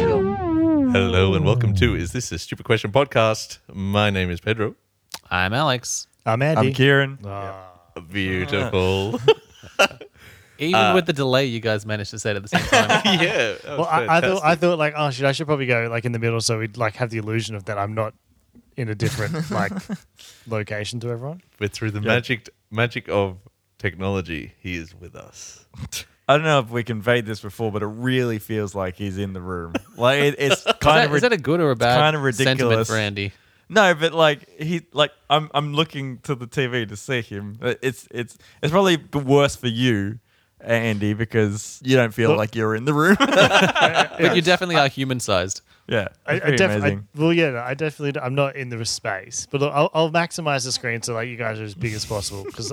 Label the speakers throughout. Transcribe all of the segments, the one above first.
Speaker 1: Hello and welcome to
Speaker 2: Hmm.
Speaker 1: Is This a Stupid Question podcast? My name is Pedro.
Speaker 3: I'm Alex.
Speaker 2: I'm Andy.
Speaker 4: I'm Kieran.
Speaker 1: Beautiful.
Speaker 3: Even with the delay, you guys managed to say it at the same time.
Speaker 1: yeah. that was
Speaker 2: Ah. well, I, I thought I
Speaker 1: fantastic.
Speaker 2: thought like, oh shit, I should probably go like in the middle, so we'd like have the illusion of that I'm not in a different like location to everyone.
Speaker 1: But through the magic magic of technology, he is with us.
Speaker 4: I don't know if we conveyed this before, but it really feels like he's in the room. Like it, it's
Speaker 3: Is
Speaker 4: kind
Speaker 3: that,
Speaker 4: of
Speaker 3: is that a good or a bad
Speaker 4: kind of
Speaker 3: sentiment
Speaker 4: ridiculous.
Speaker 3: for Andy?
Speaker 4: no, but like he like I'm I'm looking to the TV to see him. It- It's it's it's probably worse for you, Andy, because you don't feel
Speaker 2: Look-
Speaker 4: like you're in the room.
Speaker 3: But you definitely are human sized.
Speaker 4: yeah,
Speaker 2: I, I
Speaker 4: it's pretty
Speaker 2: def- I,
Speaker 4: amazing.
Speaker 2: well, yeah, no, I definitely d- I'm not in the space, but look, I'll, I'll maximize the screen so like you guys are as big as possible. Because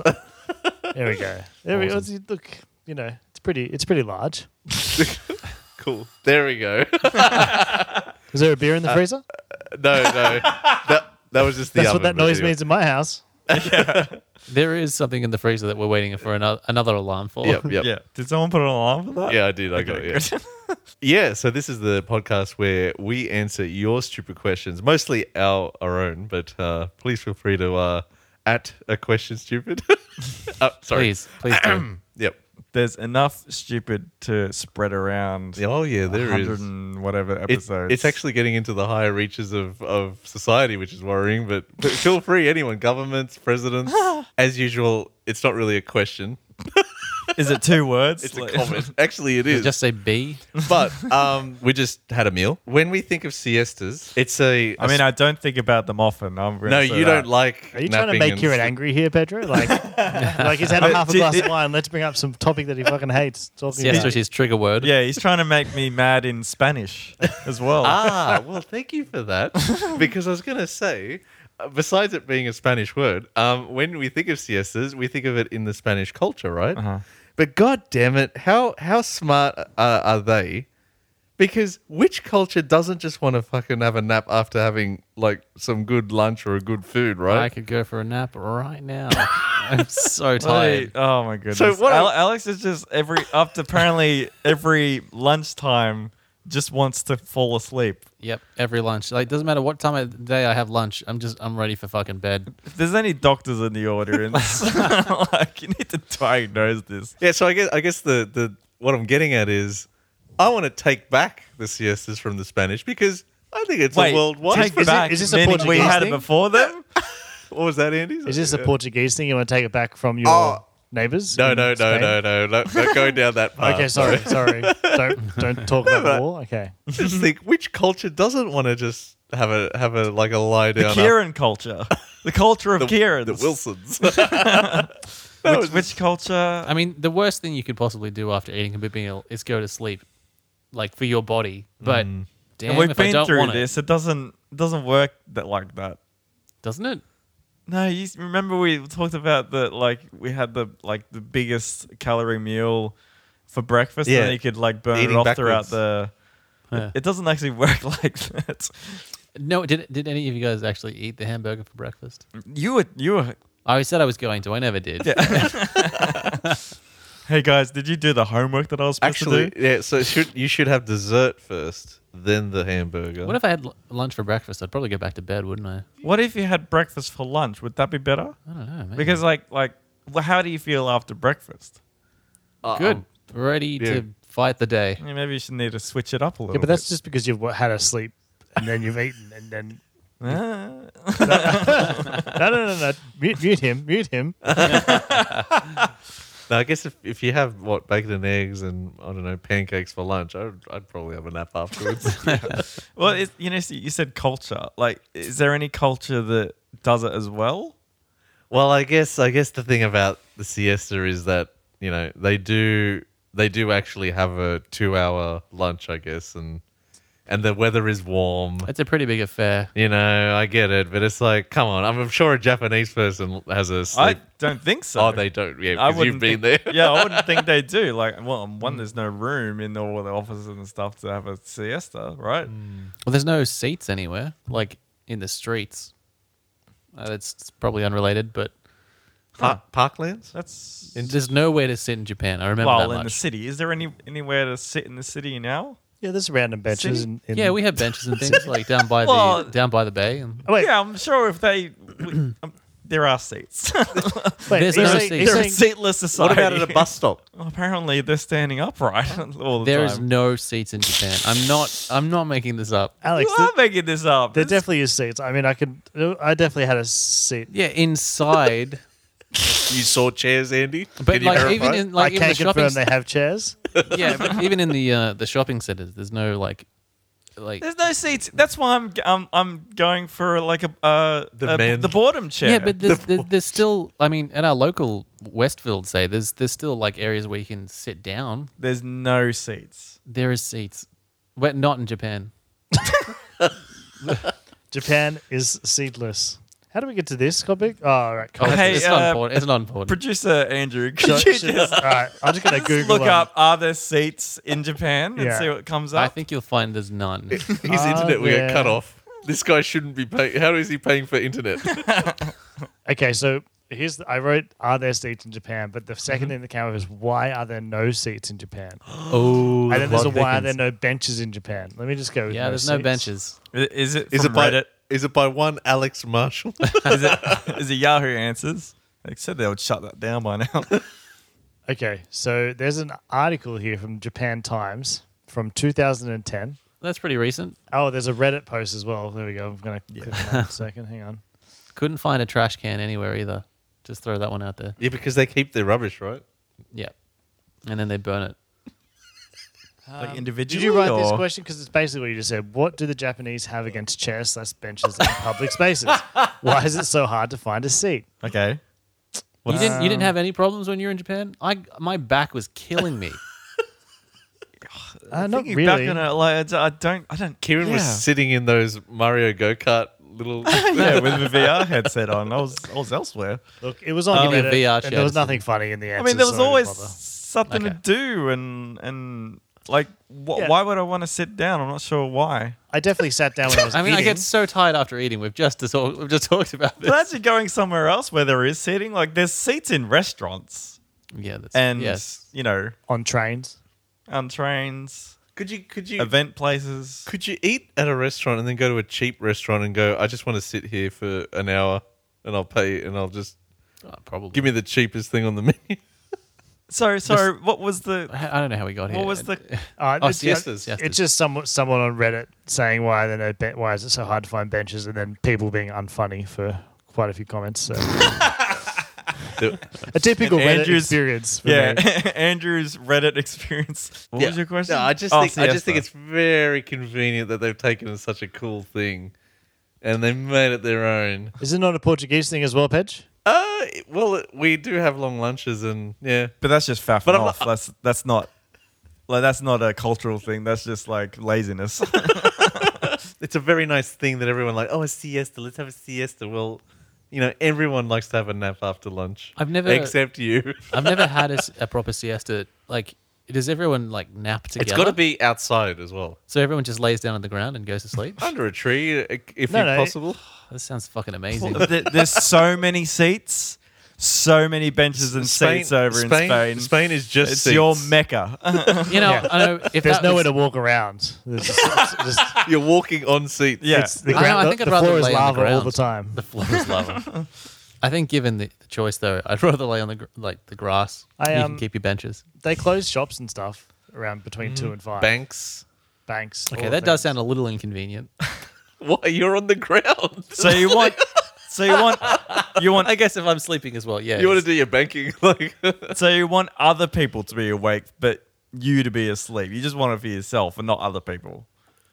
Speaker 2: there we go. There we go. See, Look, you know, it's pretty. It's pretty large.
Speaker 1: Cool. There we go.
Speaker 2: Is there a beer in the freezer?
Speaker 1: no, no. That that was just the
Speaker 2: That's what that
Speaker 1: oven
Speaker 2: noise
Speaker 1: material.
Speaker 2: means in my house.
Speaker 3: There is something in the freezer that we're waiting for another, another alarm for.
Speaker 1: Yep, yep.
Speaker 4: yeah. Did someone put an alarm for that?
Speaker 1: Yeah, I did. I got it. Yeah. yeah, so this is the podcast where we answer your stupid questions, mostly our our own. But uh, please feel free to uh, at a question stupid. uh, sorry.
Speaker 3: Please, please do.
Speaker 1: Yep.
Speaker 4: There's enough stupid to spread around.
Speaker 1: Oh yeah, there is.
Speaker 4: 100 and whatever
Speaker 1: It-
Speaker 4: episodes.
Speaker 1: it's actually getting into the higher reaches of, of society, which is worrying. But, but feel free, anyone, governments, presidents, as usual. It's not really a question;
Speaker 4: is it two words?
Speaker 1: it's
Speaker 4: Like-
Speaker 1: a comment. Actually, it is.
Speaker 3: Just say B.
Speaker 1: but um, we just had a meal. When we think of siestas, it's a.
Speaker 4: I mean, I don't think about them often. I'm gonna
Speaker 1: no,
Speaker 4: say
Speaker 1: you
Speaker 4: that.
Speaker 1: don't like.
Speaker 2: Are you trying to
Speaker 1: napping
Speaker 2: make
Speaker 1: and
Speaker 2: Kieran
Speaker 1: sleep-
Speaker 2: angry here, Pedro? Like, like he's had a half a
Speaker 4: did-
Speaker 2: glass of
Speaker 4: did-
Speaker 2: wine. Let's bring up some topic that he fucking hates. Talking
Speaker 3: Yes,
Speaker 2: about.
Speaker 3: which is trigger word.
Speaker 4: Yeah, he's trying to make me mad in Spanish as well.
Speaker 1: Ah, well, thank you for that. Because I was going to say, uh, besides it being a Spanish word, um, when we think of siestas, we think of it in the Spanish culture, right?
Speaker 2: Uh-huh.
Speaker 1: But god damn it, how how smart uh, are they? Because which culture doesn't just want to fucking have a nap after having like some good lunch or a good food,
Speaker 3: I
Speaker 1: right?
Speaker 3: could go for a nap right now. I'm so
Speaker 4: Like,
Speaker 3: tired.
Speaker 4: oh my goodness.
Speaker 1: So what
Speaker 4: Al-
Speaker 1: I-
Speaker 4: Alex is just every up to apparently every lunchtime just wants to fall asleep.
Speaker 3: Yep, every lunch. Like, doesn't matter what time of the day I have lunch. I'm just, I'm ready for fucking bed.
Speaker 4: If there's any doctors in the audience, like you need to diagnose this.
Speaker 1: Yeah, so I guess I guess the the what I'm getting at is I want to take back the siestas from the Spanish because I think it's a worldwide.
Speaker 4: take
Speaker 2: Is it-
Speaker 4: back.
Speaker 2: is this a
Speaker 4: meaning we
Speaker 2: Portuguese
Speaker 4: had it
Speaker 2: thing?
Speaker 4: before them.
Speaker 1: what was that, Andy?
Speaker 2: Is this a Portuguese thing? You want to take it back from your
Speaker 1: Oh.
Speaker 2: neighbors?
Speaker 1: No,
Speaker 2: in
Speaker 1: no, no,
Speaker 2: Spain?
Speaker 1: no, no, no. Not going down that
Speaker 3: Uh,
Speaker 1: path.
Speaker 2: Okay, sorry, sorry. Don't don't talk about war. Okay,
Speaker 1: just think which culture doesn't want to just have a have a like a lie
Speaker 4: The
Speaker 1: down. after
Speaker 4: Kieran culture, the culture of Kieran,
Speaker 1: the Wilsons.
Speaker 4: Which, which culture?
Speaker 3: I mean, the worst thing you could possibly do after eating a big meal is go to sleep, like for your body. But damn,
Speaker 4: Mm. And we've
Speaker 3: if I
Speaker 4: been
Speaker 3: don't
Speaker 4: through
Speaker 3: want
Speaker 4: this. It. doesn't it doesn't work that like that.
Speaker 3: it, doesn't it?
Speaker 4: No, you s- remember we talked about the like we had the like the biggest calorie meal for breakfast,
Speaker 1: Yeah.
Speaker 4: and you could like burn
Speaker 1: Eating
Speaker 4: it off
Speaker 1: backwards.
Speaker 4: throughout the.
Speaker 3: Yeah.
Speaker 4: It doesn't actually work like that.
Speaker 3: No, did did any of you guys actually eat the hamburger for breakfast?
Speaker 4: You were you were.
Speaker 3: I said I was going to. I never did.
Speaker 4: Hey guys, did you do the homework that I was supposed
Speaker 1: Actually,
Speaker 4: to do?
Speaker 1: yeah. So it should you should have dessert first, then the hamburger.
Speaker 3: What if I had l- lunch for breakfast? I'd probably go back to bed, wouldn't I?
Speaker 4: What if you had breakfast for lunch? Would that be better?
Speaker 3: I don't know. Maybe.
Speaker 4: Because like like, wh- how do you feel after breakfast?
Speaker 1: Uh,
Speaker 3: good,
Speaker 1: um,
Speaker 3: ready
Speaker 1: yeah.
Speaker 3: to fight the day.
Speaker 4: Yeah, Maybe you should need to switch it up a little.
Speaker 2: yeah, but that's just because you've had a sleep and then you've eaten and then.
Speaker 4: bit. Ah.
Speaker 2: No, no, no, no. Mute, mute him. Mute him.
Speaker 1: now, I guess if, if you have what bacon and eggs and I don't know pancakes for lunch, I'd, I'd probably have a nap afterwards.
Speaker 4: Well, it's, you know, so you said culture. Like, is there any culture that does it as well?
Speaker 1: Well, I guess I guess the thing about the siesta is that you know they do they do actually have a two hour lunch, I guess, and and the weather is warm.
Speaker 3: It's a pretty big affair.
Speaker 1: You know, I get it, but it's like, come on. I'm sure a Japanese person has a sleep.
Speaker 4: I don't think so.
Speaker 1: oh, they don't. Yeah, because you've been
Speaker 4: think,
Speaker 1: there.
Speaker 4: yeah, I wouldn't think they do. Like, well, one, there's no room in all the offices and stuff to have a siesta, right?
Speaker 3: Well, there's no seats anywhere, like in the streets. Uh, that's it's probably unrelated, but
Speaker 1: Pa- Parklands?
Speaker 4: That's
Speaker 3: there's nowhere to sit in Japan. I remember
Speaker 4: well
Speaker 3: that
Speaker 4: in the
Speaker 3: much.
Speaker 4: city. Is there any anywhere to sit in the city now?
Speaker 2: Yeah, there's random benches.
Speaker 4: See?
Speaker 2: In, in,
Speaker 3: Yeah, we have benches and things like down by
Speaker 4: Well-
Speaker 3: the down by the bay. And
Speaker 2: Oh, wait,
Speaker 4: yeah, I'm sure if they, we, um, there are seats.
Speaker 2: wait,
Speaker 3: there's
Speaker 2: are you
Speaker 3: no
Speaker 2: saying- are you
Speaker 3: seats.
Speaker 4: They're a
Speaker 2: saying-
Speaker 4: seatless
Speaker 1: What
Speaker 4: society.
Speaker 1: about at a bus stop?
Speaker 4: Apparently, they're standing upright all the
Speaker 3: there is
Speaker 4: time.
Speaker 3: no seats in Japan. I'm not. I'm not making this up.
Speaker 2: Alex,
Speaker 4: you
Speaker 2: th-
Speaker 4: are making this up.
Speaker 2: there
Speaker 4: This-
Speaker 2: definitely is seats. I mean, I could. I definitely had a seat.
Speaker 3: Yeah, inside,
Speaker 1: You saw chairs, Andy.
Speaker 3: but
Speaker 1: Can you
Speaker 3: like
Speaker 1: verify?
Speaker 3: even in like
Speaker 2: I
Speaker 3: even the
Speaker 2: can't
Speaker 3: shopping.
Speaker 2: confirm they have chairs.
Speaker 3: c- yeah, but even in the uh, the shopping centers, there's no like, like
Speaker 4: There's no seats. That's why I'm I'm, I'm going for like a uh,
Speaker 1: The
Speaker 4: a-
Speaker 1: men.
Speaker 4: the boredom chair.
Speaker 3: Yeah, but there's, there- there's still. I mean, at our local Westfield, say there's there's still like areas where you can sit down.
Speaker 4: there's no seats.
Speaker 3: There is seats, but not in Japan.
Speaker 2: Japan is seatless. How do we get to this topic? Oh, all right.
Speaker 3: Oh,
Speaker 2: Cool.
Speaker 3: it's,
Speaker 4: Hey,
Speaker 3: it's not
Speaker 4: uh,
Speaker 3: important. It's not important.
Speaker 4: Producer Andrew, could
Speaker 2: So-
Speaker 4: you
Speaker 2: should-
Speaker 4: just
Speaker 2: all right, I'm just gonna Google
Speaker 4: look
Speaker 2: them.
Speaker 4: up are there seats in Japan and
Speaker 2: Yeah.
Speaker 4: see what comes up?
Speaker 3: I think you'll find there's none.
Speaker 1: His
Speaker 2: Ah,
Speaker 1: internet we
Speaker 2: yeah.
Speaker 1: got cut off. This guy shouldn't be paying. How is he paying for internet?
Speaker 2: Okay, so here's the, I wrote are there seats in Japan, but the 2nd
Speaker 3: Mm-hmm.
Speaker 2: thing that came up is why are there no seats in Japan?
Speaker 3: oh,
Speaker 2: and then there's a why are there no benches in Japan? Let me just go. With
Speaker 3: Yeah, there's no
Speaker 2: seats.
Speaker 3: benches.
Speaker 4: I- is it
Speaker 1: Is
Speaker 4: from
Speaker 1: it by
Speaker 4: Reddit?
Speaker 1: is it by one Alex Marshall?
Speaker 4: is it is it Yahoo Answers? They said they would shut that down by now.
Speaker 2: Okay, so there's an article here from Japan Times from 2010.
Speaker 3: That's pretty recent.
Speaker 2: Oh, there's a Reddit post as well. There we go. I'm gonna click on that in a second. Hang on.
Speaker 3: Couldn't find a trash can anywhere either. Just throw that one out there.
Speaker 1: yeah, because they keep their rubbish, right?
Speaker 3: Yeah, and then they burn it.
Speaker 4: like individually,
Speaker 2: Did you write this
Speaker 4: or-
Speaker 2: question? Because it's basically what you just said. What do the Japanese have against chairs slash benches in public spaces? Why is it so hard to find a seat?
Speaker 4: Okay.
Speaker 3: You didn't. You didn't have any problems when you were in Japan. I my back was killing me.
Speaker 2: Uh, not
Speaker 4: Thinking
Speaker 2: really.
Speaker 4: Back on it, like, I don't. I don't.
Speaker 1: Kieran was
Speaker 4: yeah.
Speaker 1: sitting in those Mario go kart little.
Speaker 4: yeah, with the VR headset on. I was I was elsewhere.
Speaker 2: Look, it was on
Speaker 3: Give me a
Speaker 2: Reddit,
Speaker 3: VR
Speaker 2: and
Speaker 3: chat.
Speaker 2: there was nothing funny in the
Speaker 4: I
Speaker 2: answer.
Speaker 4: mean, there was
Speaker 2: so I didn't
Speaker 4: always
Speaker 2: bother.
Speaker 4: something to
Speaker 3: Okay.
Speaker 4: do, and and like, wh-
Speaker 2: Yeah.
Speaker 4: why would I want to sit down? I'm not sure why.
Speaker 2: I definitely sat down when I was.
Speaker 3: I mean, I
Speaker 2: eating.
Speaker 3: get so tired after eating. We've just dis- we've just talked about this.
Speaker 4: But actually, going somewhere else where there is seating, like there's seats in restaurants
Speaker 3: yeah, that's,
Speaker 4: and
Speaker 3: yes.
Speaker 4: you know
Speaker 2: on trains.
Speaker 4: on trains,
Speaker 1: could you could you
Speaker 4: event places.
Speaker 1: could you eat at a restaurant and then go to a cheap restaurant and go? I just want to sit here for an hour and I'll pay and I'll just
Speaker 3: Oh, probably.
Speaker 1: give me the cheapest thing on the menu.
Speaker 4: So so what was the
Speaker 3: I I don't know how we got here.
Speaker 4: what was the
Speaker 2: Uh,
Speaker 3: Oh,
Speaker 2: it's,
Speaker 3: siestas,
Speaker 2: it's
Speaker 3: siestas.
Speaker 2: just someone someone on Reddit saying why they know ben- why is it so hard to find benches, and then people being unfunny for quite a few comments. So
Speaker 1: The-
Speaker 2: a typical
Speaker 4: And
Speaker 2: Reddit
Speaker 4: Andrew's-
Speaker 2: experience. For
Speaker 4: yeah
Speaker 2: me.
Speaker 4: Andrew's Reddit experience? What
Speaker 1: Yeah.
Speaker 4: was your question?
Speaker 1: No, I just
Speaker 4: Oh,
Speaker 1: think I just think
Speaker 4: siesta.
Speaker 1: it's very convenient that they've taken as such a cool thing, and they made it their own.
Speaker 2: Is it not a Portuguese thing as well, Pedge?
Speaker 1: Uh, well, we do have long lunches, and yeah,
Speaker 4: But that's just faffing
Speaker 1: But I'm
Speaker 4: off. that's that's not like that's not a cultural thing. That's just like laziness.
Speaker 1: it's a very nice thing that everyone like. Oh, a siesta. Let's have a siesta. Well, you know, everyone likes to have a nap after lunch.
Speaker 3: I've never-
Speaker 1: except you.
Speaker 3: I've never had a, s- a proper siesta. Like, does everyone like nap together?
Speaker 1: It's got to be outside as well,
Speaker 3: So everyone just lays down on the ground and goes to sleep.
Speaker 1: under a tree, i- if
Speaker 2: No, no,
Speaker 1: possible.
Speaker 3: That sounds fucking amazing.
Speaker 4: There- There's so many seats, so many benches and seats over in Spain.
Speaker 1: Spain is just
Speaker 4: It's
Speaker 1: seats.
Speaker 4: your mecca.
Speaker 3: You know, I know if
Speaker 2: There's
Speaker 3: that
Speaker 2: nowhere
Speaker 3: was,
Speaker 2: to walk around. There's just, it's just-
Speaker 1: You're walking on seats.
Speaker 4: Yeah.
Speaker 2: it's the
Speaker 3: I know,
Speaker 2: ground,
Speaker 3: I
Speaker 2: the-
Speaker 3: think I'd
Speaker 2: the
Speaker 3: rather
Speaker 2: floor is
Speaker 3: lay on the
Speaker 2: lava all
Speaker 3: ground.
Speaker 2: the time.
Speaker 3: the floor is lava. I think, given the, the choice, though, I'd rather lay on the gr- like the grass.
Speaker 2: I,
Speaker 3: you
Speaker 2: um,
Speaker 3: can keep your benches.
Speaker 2: They close shops and stuff around between two and five.
Speaker 1: Banks.
Speaker 2: Banks.
Speaker 3: Okay,
Speaker 2: all
Speaker 3: that does
Speaker 2: things.
Speaker 3: sound a little inconvenient.
Speaker 1: Why you're on the ground?
Speaker 4: so you want, so you want, you want,
Speaker 3: I guess if I'm sleeping as well, yeah.
Speaker 1: You want to
Speaker 3: it's-
Speaker 1: do your banking like
Speaker 4: so you want other people to be awake, but you to be asleep. You just want it for yourself and not other people.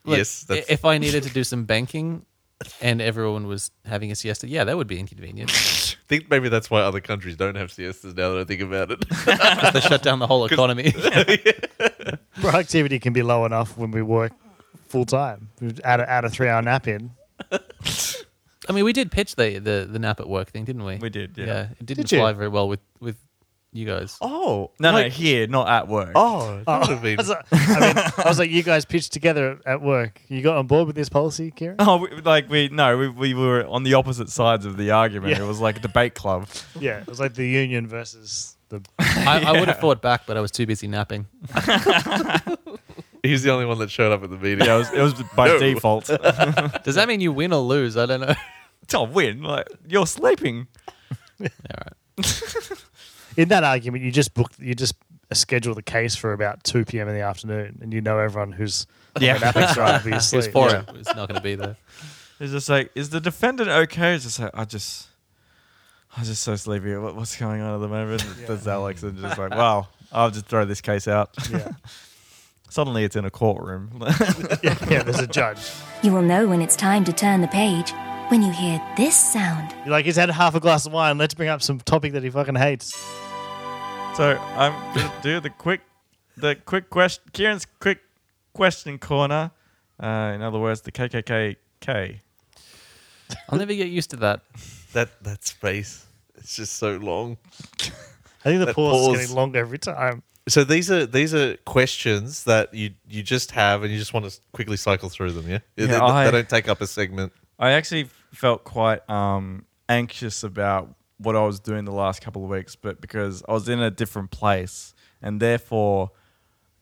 Speaker 3: look,
Speaker 1: Yes, that's-
Speaker 3: If I needed to do some banking, and everyone was having a siesta, yeah, that would be inconvenient.
Speaker 1: think maybe that's why other countries don't have siestas now that I think about it.
Speaker 3: they shut down the whole economy.
Speaker 2: Productivity can be low enough when we work full time. We Add a, add a three hour nap in.
Speaker 3: I mean, we did pitch the, the the nap at work thing, didn't we?
Speaker 4: We did, yeah.
Speaker 3: it didn't
Speaker 2: Did you?
Speaker 3: fly very well with with you guys.
Speaker 1: oh
Speaker 4: No, no, here, not at work.
Speaker 1: Oh, that would have
Speaker 2: I, was like, I mean, I was like, you guys pitched together at work. You got on board with this policy, Kieran?
Speaker 4: Oh, we, like we no, we, we were on the opposite sides of the argument.
Speaker 2: Yeah.
Speaker 4: It was like a debate club.
Speaker 2: Yeah, it was like the union versus the.
Speaker 3: I, I would have fought back, but I was too busy napping.
Speaker 1: He's the only one that showed up at the meeting.
Speaker 4: Yeah, it was, it was by
Speaker 1: No.
Speaker 4: default.
Speaker 3: Does that mean you win or lose? I don't know.
Speaker 4: Tom, win. Like you're sleeping.
Speaker 2: In that argument, you just book, you just schedule the case for about two p.m. in the afternoon, and you know everyone who's
Speaker 4: Yeah.
Speaker 2: on an Apex drive will be
Speaker 3: It's
Speaker 2: asleep.
Speaker 3: for it. It's not going to be there.
Speaker 4: It's just like, is the defendant okay? It's just like, I just, I was just so sleepy. What, what's going on at the moment? That's Alex, and just like, wow, I'll just throw this case out.
Speaker 2: Yeah.
Speaker 4: Suddenly, it's in a courtroom.
Speaker 2: yeah, yeah. There's a judge.
Speaker 5: You will know when it's time to turn the page when you hear this sound.
Speaker 2: You're like he's had half a glass of wine. Let's bring up some topic that he fucking hates.
Speaker 4: so I'm gonna do the quick, the quick question. Kieran's quick question corner. Uh, in other words, the KKKK.
Speaker 3: I'll never get used to that.
Speaker 1: That that space. It's just so long.
Speaker 2: I think the
Speaker 1: That
Speaker 2: pause,
Speaker 1: pause.
Speaker 2: is getting longer every time.
Speaker 1: So these are these are questions that you you just have and you just want to quickly cycle through them, yeah? They- they,
Speaker 4: I-
Speaker 1: they don't take up a segment.
Speaker 4: I actually felt quite um, anxious about what I was doing the last couple of weeks, but because I was in a different place and therefore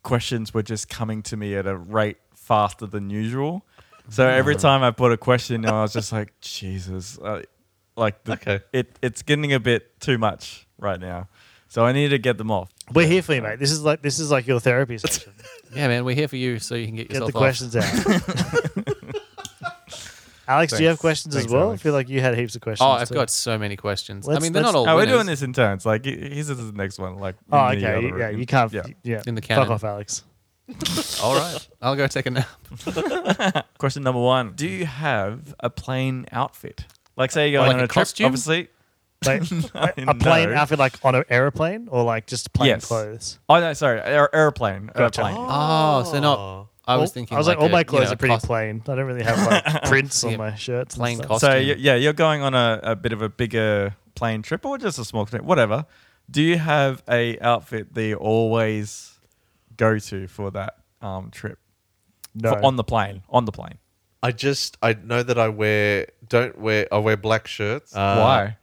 Speaker 4: questions were just coming to me at a rate faster than usual. So
Speaker 2: Mm.
Speaker 4: every time I put a question, I was just like, Jesus, uh, like the,
Speaker 1: Okay.
Speaker 4: it, it's getting a bit too much right now. So I need to get them off.
Speaker 2: We're here for you, mate. This is like this is like your therapy session.
Speaker 3: Yeah, man, we're here for you, so you can get
Speaker 2: Get
Speaker 3: yourself
Speaker 2: the
Speaker 3: off.
Speaker 2: questions out. Alex, do you have
Speaker 4: Thanks.
Speaker 2: questions as
Speaker 4: Thanks,
Speaker 2: well?
Speaker 4: Alex.
Speaker 2: I feel like you had heaps of questions.
Speaker 3: Oh, I've
Speaker 2: too.
Speaker 3: got so many questions. I
Speaker 2: Let's-
Speaker 3: mean, they're
Speaker 2: let's-
Speaker 3: not all.
Speaker 4: Oh, we're doing
Speaker 3: winners.
Speaker 4: this in turns. Like here's the next one. Like
Speaker 2: Oh,
Speaker 4: in the
Speaker 2: okay.
Speaker 4: other
Speaker 2: Yeah,
Speaker 4: room.
Speaker 2: you can't.
Speaker 4: Yeah.
Speaker 2: Yeah,
Speaker 3: In the
Speaker 2: fuck
Speaker 3: canon.
Speaker 2: off, Alex.
Speaker 4: All right.
Speaker 3: I'll go take a nap.
Speaker 4: Question number one: Do you have a plain outfit? Like, say you're
Speaker 3: Like
Speaker 4: on
Speaker 3: a
Speaker 4: a, trip,
Speaker 3: costume?
Speaker 4: obviously.
Speaker 2: Like,
Speaker 4: I
Speaker 2: a plane
Speaker 4: know.
Speaker 2: outfit, like on an airplane, or like just plain
Speaker 4: Yes.
Speaker 2: clothes.
Speaker 4: Oh no, sorry, aer- airplane.
Speaker 2: Gotcha.
Speaker 4: Airplane.
Speaker 3: Oh, so not. I was
Speaker 2: Oh,
Speaker 3: thinking.
Speaker 2: I was like, all
Speaker 3: a,
Speaker 2: my
Speaker 3: you
Speaker 2: clothes
Speaker 3: know,
Speaker 2: are pretty
Speaker 3: cost-
Speaker 2: plain. I don't really have like prints on
Speaker 3: Yeah,
Speaker 2: my shirts. and
Speaker 3: plain
Speaker 2: stuff.
Speaker 3: costume.
Speaker 4: so you, yeah, you're going on a, a bit of a bigger plane trip, or just a small trip, whatever. Do you have a outfit that you always go to for that um, trip?
Speaker 2: No.
Speaker 4: For, on the plane. On the plane.
Speaker 1: I just I know that I wear don't wear I wear black shirts. Uh,
Speaker 4: Why?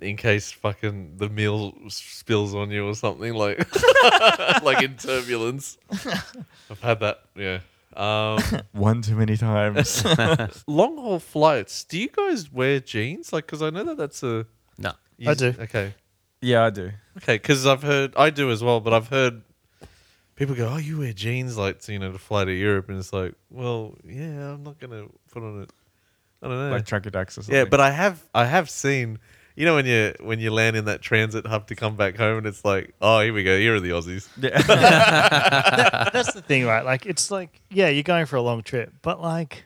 Speaker 1: in case fucking the meal spills on you or something like like in turbulence. I've had that, yeah. Um,
Speaker 4: One too many times.
Speaker 1: long haul flights. Do you guys wear jeans? Like, because I know that that's a.
Speaker 3: No.
Speaker 1: you-
Speaker 2: I do.
Speaker 1: Okay,
Speaker 4: yeah, I do.
Speaker 1: okay. Because I've heard I do as well, but I've heard people go, "Oh, you wear jeans like you know to fly to Europe," and it's like, well, yeah, I'm not gonna put on it. I don't know.
Speaker 4: Like tracker ducks or something.
Speaker 1: Yeah, but I have I have seen you know when you when you land in that transit hub to come back home and it's like, oh here we go, here are the Aussies.
Speaker 4: Yeah.
Speaker 2: That's the thing, right? Like, it's like, yeah, you're going for a long trip, but like,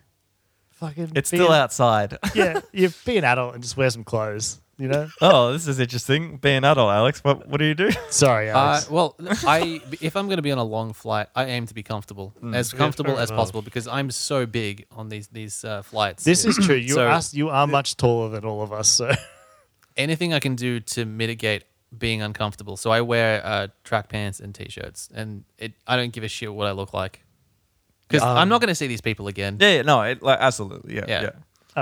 Speaker 2: fucking.
Speaker 4: it's
Speaker 2: be
Speaker 4: still
Speaker 2: an-
Speaker 4: outside.
Speaker 2: Yeah, you be an adult and just wear some clothes. You know.
Speaker 4: oh, this is interesting. Being adult, Alex. What what do you do?
Speaker 2: Sorry,
Speaker 3: Uh,
Speaker 2: Alex.
Speaker 3: well, I if I'm going to be on a long flight, I aim to be comfortable,
Speaker 2: Mm.
Speaker 3: as comfortable
Speaker 1: fair
Speaker 3: as
Speaker 1: enough.
Speaker 3: possible, because I'm so big on these these uh, flights.
Speaker 2: this is true. You
Speaker 3: So-
Speaker 2: are you are much taller than all of us, so
Speaker 3: anything I can do to mitigate being uncomfortable. So I wear uh, track pants and t-shirts, and it I don't give a shit what I look like, because
Speaker 2: Um,
Speaker 3: I'm not going to see these people again.
Speaker 4: Yeah, yeah, no, it, like absolutely, yeah, yeah.
Speaker 3: Yeah.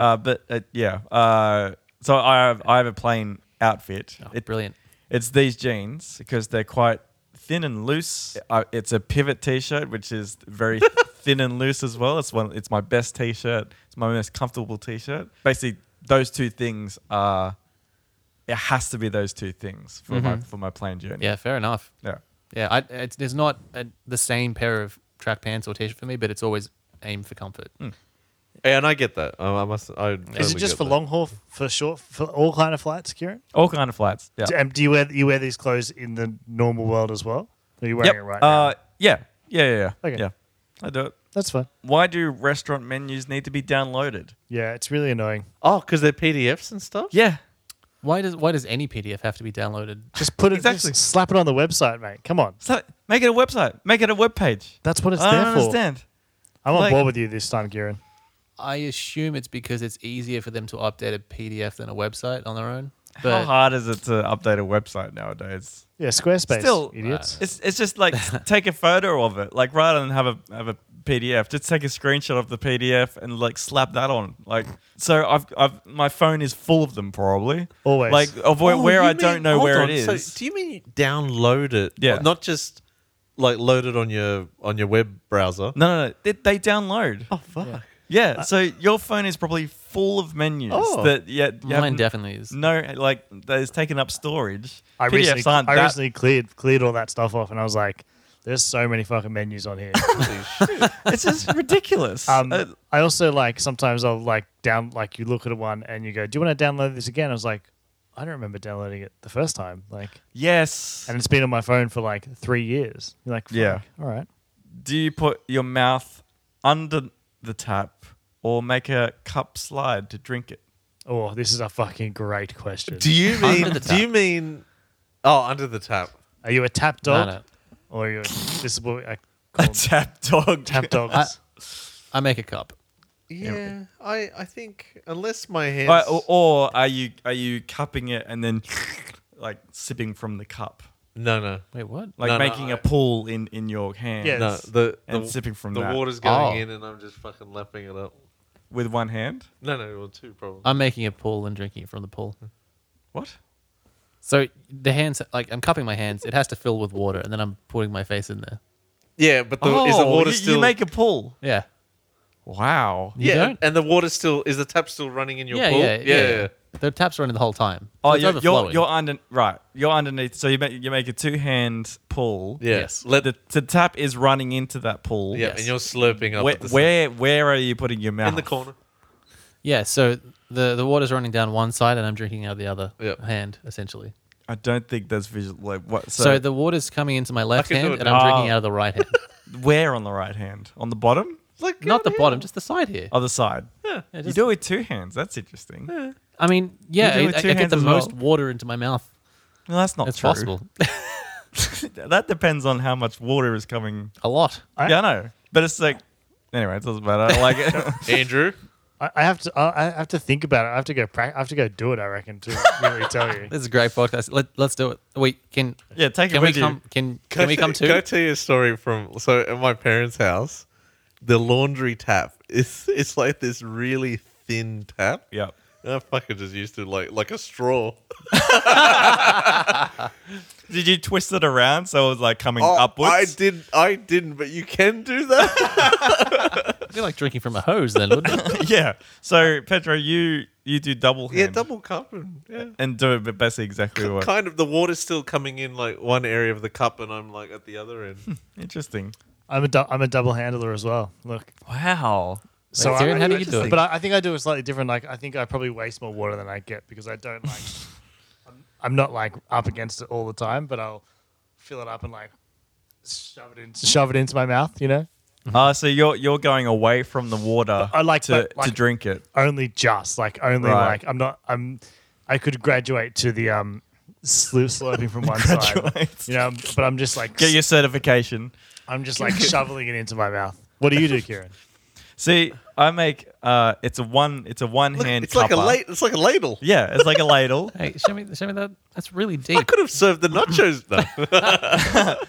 Speaker 4: Uh, but uh, yeah, uh, so I have I have a plain outfit.
Speaker 3: Oh,
Speaker 4: It-
Speaker 3: brilliant.
Speaker 4: It's these jeans because they're quite thin and loose. Uh, it's a pivot T-shirt, which is very thin and loose as well. It's one. It's my best T-shirt. It's my most comfortable T-shirt. Basically, those two things are. It has to be those two things for my for my plane journey.
Speaker 3: Mm-hmm. Yeah, fair enough.
Speaker 4: yeah.
Speaker 3: Yeah, I, it's, there's not a, the same pair of track pants or t-shirt for me, but it's always aimed for comfort.
Speaker 1: Yeah, and I get that. Um, I must. I
Speaker 2: is it just for long haul, for short, for all kind of flights, Kieran?
Speaker 4: All kind of flights. Yeah.
Speaker 2: Do, um, do you wear you wear these clothes in the normal world as well? Are you wearing it right now?
Speaker 4: uh, Yeah. Yeah. Yeah. Yeah.
Speaker 2: Okay.
Speaker 4: Yeah. I do it.
Speaker 2: That's fine.
Speaker 4: Why do restaurant menus need to be downloaded?
Speaker 2: Yeah, it's really annoying.
Speaker 1: Oh, because they're PDFs and stuff.
Speaker 4: Yeah.
Speaker 3: Why does why does any PDF have to be downloaded?
Speaker 2: Just put it,
Speaker 4: Exactly.
Speaker 2: just slap it on the website, mate. Come on,
Speaker 4: So make it a website. Make it a web page.
Speaker 2: that's what it's
Speaker 4: I
Speaker 2: there
Speaker 4: don't
Speaker 2: for.
Speaker 4: understand.
Speaker 2: I'm on
Speaker 4: Like-
Speaker 2: board with you this time, Kieran.
Speaker 3: I assume it's because it's easier for them to update a PDF than a website on their own.
Speaker 4: How
Speaker 3: But
Speaker 4: hard is it to update a website nowadays?
Speaker 2: Yeah, Squarespace,
Speaker 4: Still,
Speaker 2: idiots.
Speaker 4: It's it's just like take a photo of it. Like rather than have a have a PDF, just take a screenshot of the PDF and like slap that on. Like so I've I've my phone is full of them probably.
Speaker 2: Always.
Speaker 1: Oh,
Speaker 4: Like of where, where I don't know where it is.
Speaker 1: do you mean you download it?
Speaker 4: Yeah.
Speaker 1: not just like loaded on your on your web browser.
Speaker 4: No, no, no. They, they download.
Speaker 1: Oh fuck.
Speaker 4: Yeah, so your phone is probably full of menus
Speaker 1: Oh.
Speaker 4: that yeah, you
Speaker 3: Mine
Speaker 4: haven't-
Speaker 3: definitely is.
Speaker 4: no like that is taken up storage.
Speaker 2: I
Speaker 4: PDFs
Speaker 2: recently,
Speaker 4: aren't
Speaker 2: I
Speaker 4: that-
Speaker 2: recently cleared cleared all that stuff off, and I was like, "There's so many fucking menus on here."
Speaker 4: it's just ridiculous.
Speaker 2: Um,
Speaker 4: Uh,
Speaker 2: I also like sometimes I'll like down like you look at one and you go, "Do you want to download this again?" I was like, "I don't remember downloading it the first time." Like,
Speaker 4: yes.
Speaker 2: and it's been on my phone for like three years. You're like, Fuck,
Speaker 4: Yeah.
Speaker 2: all right."
Speaker 4: Do you put your mouth under the tap or make a cup slide to drink it?
Speaker 2: Oh, this is a fucking great question.
Speaker 1: Do you mean?
Speaker 3: the
Speaker 1: Do you mean? Oh, under the tap.
Speaker 2: are you a tap
Speaker 3: No,
Speaker 2: dog,
Speaker 3: no.
Speaker 2: or are you? This is what I
Speaker 4: A
Speaker 2: call
Speaker 4: tap dog.
Speaker 2: tap dogs.
Speaker 3: I make a cup.
Speaker 1: Yeah, I I think unless my hands.
Speaker 4: Or, or- or are you are you cupping it and then like sipping from the cup,
Speaker 1: no, no,
Speaker 3: Wait, what?
Speaker 4: like
Speaker 1: No, no,
Speaker 4: making a
Speaker 1: I-
Speaker 4: pool in in your hand?
Speaker 2: Yeah.
Speaker 1: no.
Speaker 2: Yes.
Speaker 1: The
Speaker 4: And
Speaker 1: the,
Speaker 4: sipping from
Speaker 1: the
Speaker 4: that.
Speaker 1: water's going
Speaker 3: Oh.
Speaker 1: in, and I'm just fucking lapping it up.
Speaker 4: with one hand.
Speaker 1: No, no, or two probably.
Speaker 3: I'm making a pool and drinking it from the pool.
Speaker 4: What?
Speaker 3: So the hands, like I'm cupping my hands, it has to fill with water, and then I'm putting my face in there.
Speaker 1: yeah, but the, is
Speaker 3: Oh,
Speaker 1: the water
Speaker 4: Oh, you,
Speaker 1: still?
Speaker 4: You make a pool.
Speaker 3: Yeah,
Speaker 4: Wow.
Speaker 3: you
Speaker 1: yeah,
Speaker 3: don't?
Speaker 1: and the water still is the tap still running in your
Speaker 3: yeah,
Speaker 1: pool.
Speaker 3: yeah, yeah, The tap's running the whole time. So
Speaker 4: Oh,
Speaker 3: it's
Speaker 4: you're,
Speaker 3: overflowing.
Speaker 4: you're you're under right. You're underneath. So you make you make a two hand pull.
Speaker 1: Yeah.
Speaker 3: Yes.
Speaker 1: Let
Speaker 4: The, the tap is running into that pool.
Speaker 1: yeah, and you're slurping up.
Speaker 4: Where,
Speaker 1: at the same-
Speaker 4: where where are you putting your mouth?
Speaker 1: in the corner?
Speaker 3: yeah. So the the water's running down one side, and I'm drinking out of the other
Speaker 1: Yep.
Speaker 3: hand, essentially.
Speaker 4: I don't think that's visual. Like what?
Speaker 3: So,
Speaker 4: So,
Speaker 3: the water's coming into my left
Speaker 1: can do
Speaker 3: hand,
Speaker 1: it
Speaker 3: and I'm drinking
Speaker 4: now.
Speaker 3: out of the right hand.
Speaker 4: where on the right hand? On the bottom?
Speaker 1: Like
Speaker 3: Not the
Speaker 1: goddamn.
Speaker 3: bottom, just the side here.
Speaker 4: Other side.
Speaker 3: Yeah,
Speaker 4: You
Speaker 3: just-
Speaker 4: do it with two hands. That's interesting.
Speaker 3: I mean, yeah,
Speaker 4: do it
Speaker 3: I,
Speaker 4: with
Speaker 3: I-
Speaker 4: two
Speaker 3: I get
Speaker 4: hands
Speaker 3: the
Speaker 4: as well.
Speaker 3: most water into my mouth.
Speaker 4: No, that's not
Speaker 3: It's
Speaker 4: true.
Speaker 3: possible.
Speaker 4: that depends on how much water is coming.
Speaker 3: a lot.
Speaker 2: I-
Speaker 4: yeah, I know. But it's like, anyway, it doesn't matter. I like it.
Speaker 1: Andrew.
Speaker 2: I, I have to. I I have to think about it. I have to go. Pra- I have to go do it. I reckon to really tell you.
Speaker 3: This is a great podcast. Let, let's do it. Wait, can
Speaker 4: yeah, take it
Speaker 3: can we
Speaker 4: with
Speaker 3: come? Can can we
Speaker 1: I
Speaker 3: come
Speaker 1: tell- Can I
Speaker 3: too?
Speaker 1: tell you a story from so at my parents' house, the laundry tap is it's like this really thin tap.
Speaker 4: you. Yep.
Speaker 1: And I fucking just used to like like a straw.
Speaker 4: Did you twist it around so it was like coming
Speaker 1: Oh,
Speaker 4: upwards?
Speaker 1: I did I didn't, but you can do that.
Speaker 3: It'd be like drinking from a hose, then, wouldn't it?
Speaker 4: yeah. So Pedro, you you do double hand.
Speaker 1: yeah, double cup and yeah.
Speaker 4: and do it, but basically exactly what.
Speaker 1: Kind of the water's still coming in like one area of the cup and I'm like at the other end.
Speaker 4: Interesting.
Speaker 2: I'm a. Du- I'm a double handler as well. Look.
Speaker 4: Wow.
Speaker 2: So
Speaker 3: Wait, Darren,
Speaker 2: I,
Speaker 3: how do you do it?
Speaker 2: But I, I think I do it slightly different. Like I think I probably waste more water than I get because I don't like. I'm, I'm not like up against it all the time, but I'll fill it up and like shove it in, shove it into my mouth. You know,
Speaker 4: Ah, so you're you're going away from the water.
Speaker 2: I like-
Speaker 4: to
Speaker 2: but,
Speaker 4: to
Speaker 2: like-
Speaker 4: drink it.
Speaker 2: only just like only
Speaker 4: Right.
Speaker 2: like I'm not. I'm. I could graduate to the um slurp slurping from one side.
Speaker 4: Graduate.
Speaker 2: You know, but I'm just like
Speaker 4: Get your certification.
Speaker 2: I'm just like shoveling it into my mouth. What do you do, Kieran?
Speaker 4: See, I make uh, it's a one it's a one
Speaker 1: Look,
Speaker 4: hand.
Speaker 1: it's like a
Speaker 4: cuppa.
Speaker 1: late it's like a ladle.
Speaker 4: Yeah, it's like a ladle.
Speaker 3: Hey, show me, show me that. That's really
Speaker 1: I
Speaker 3: deep.
Speaker 1: could have served the nachos though.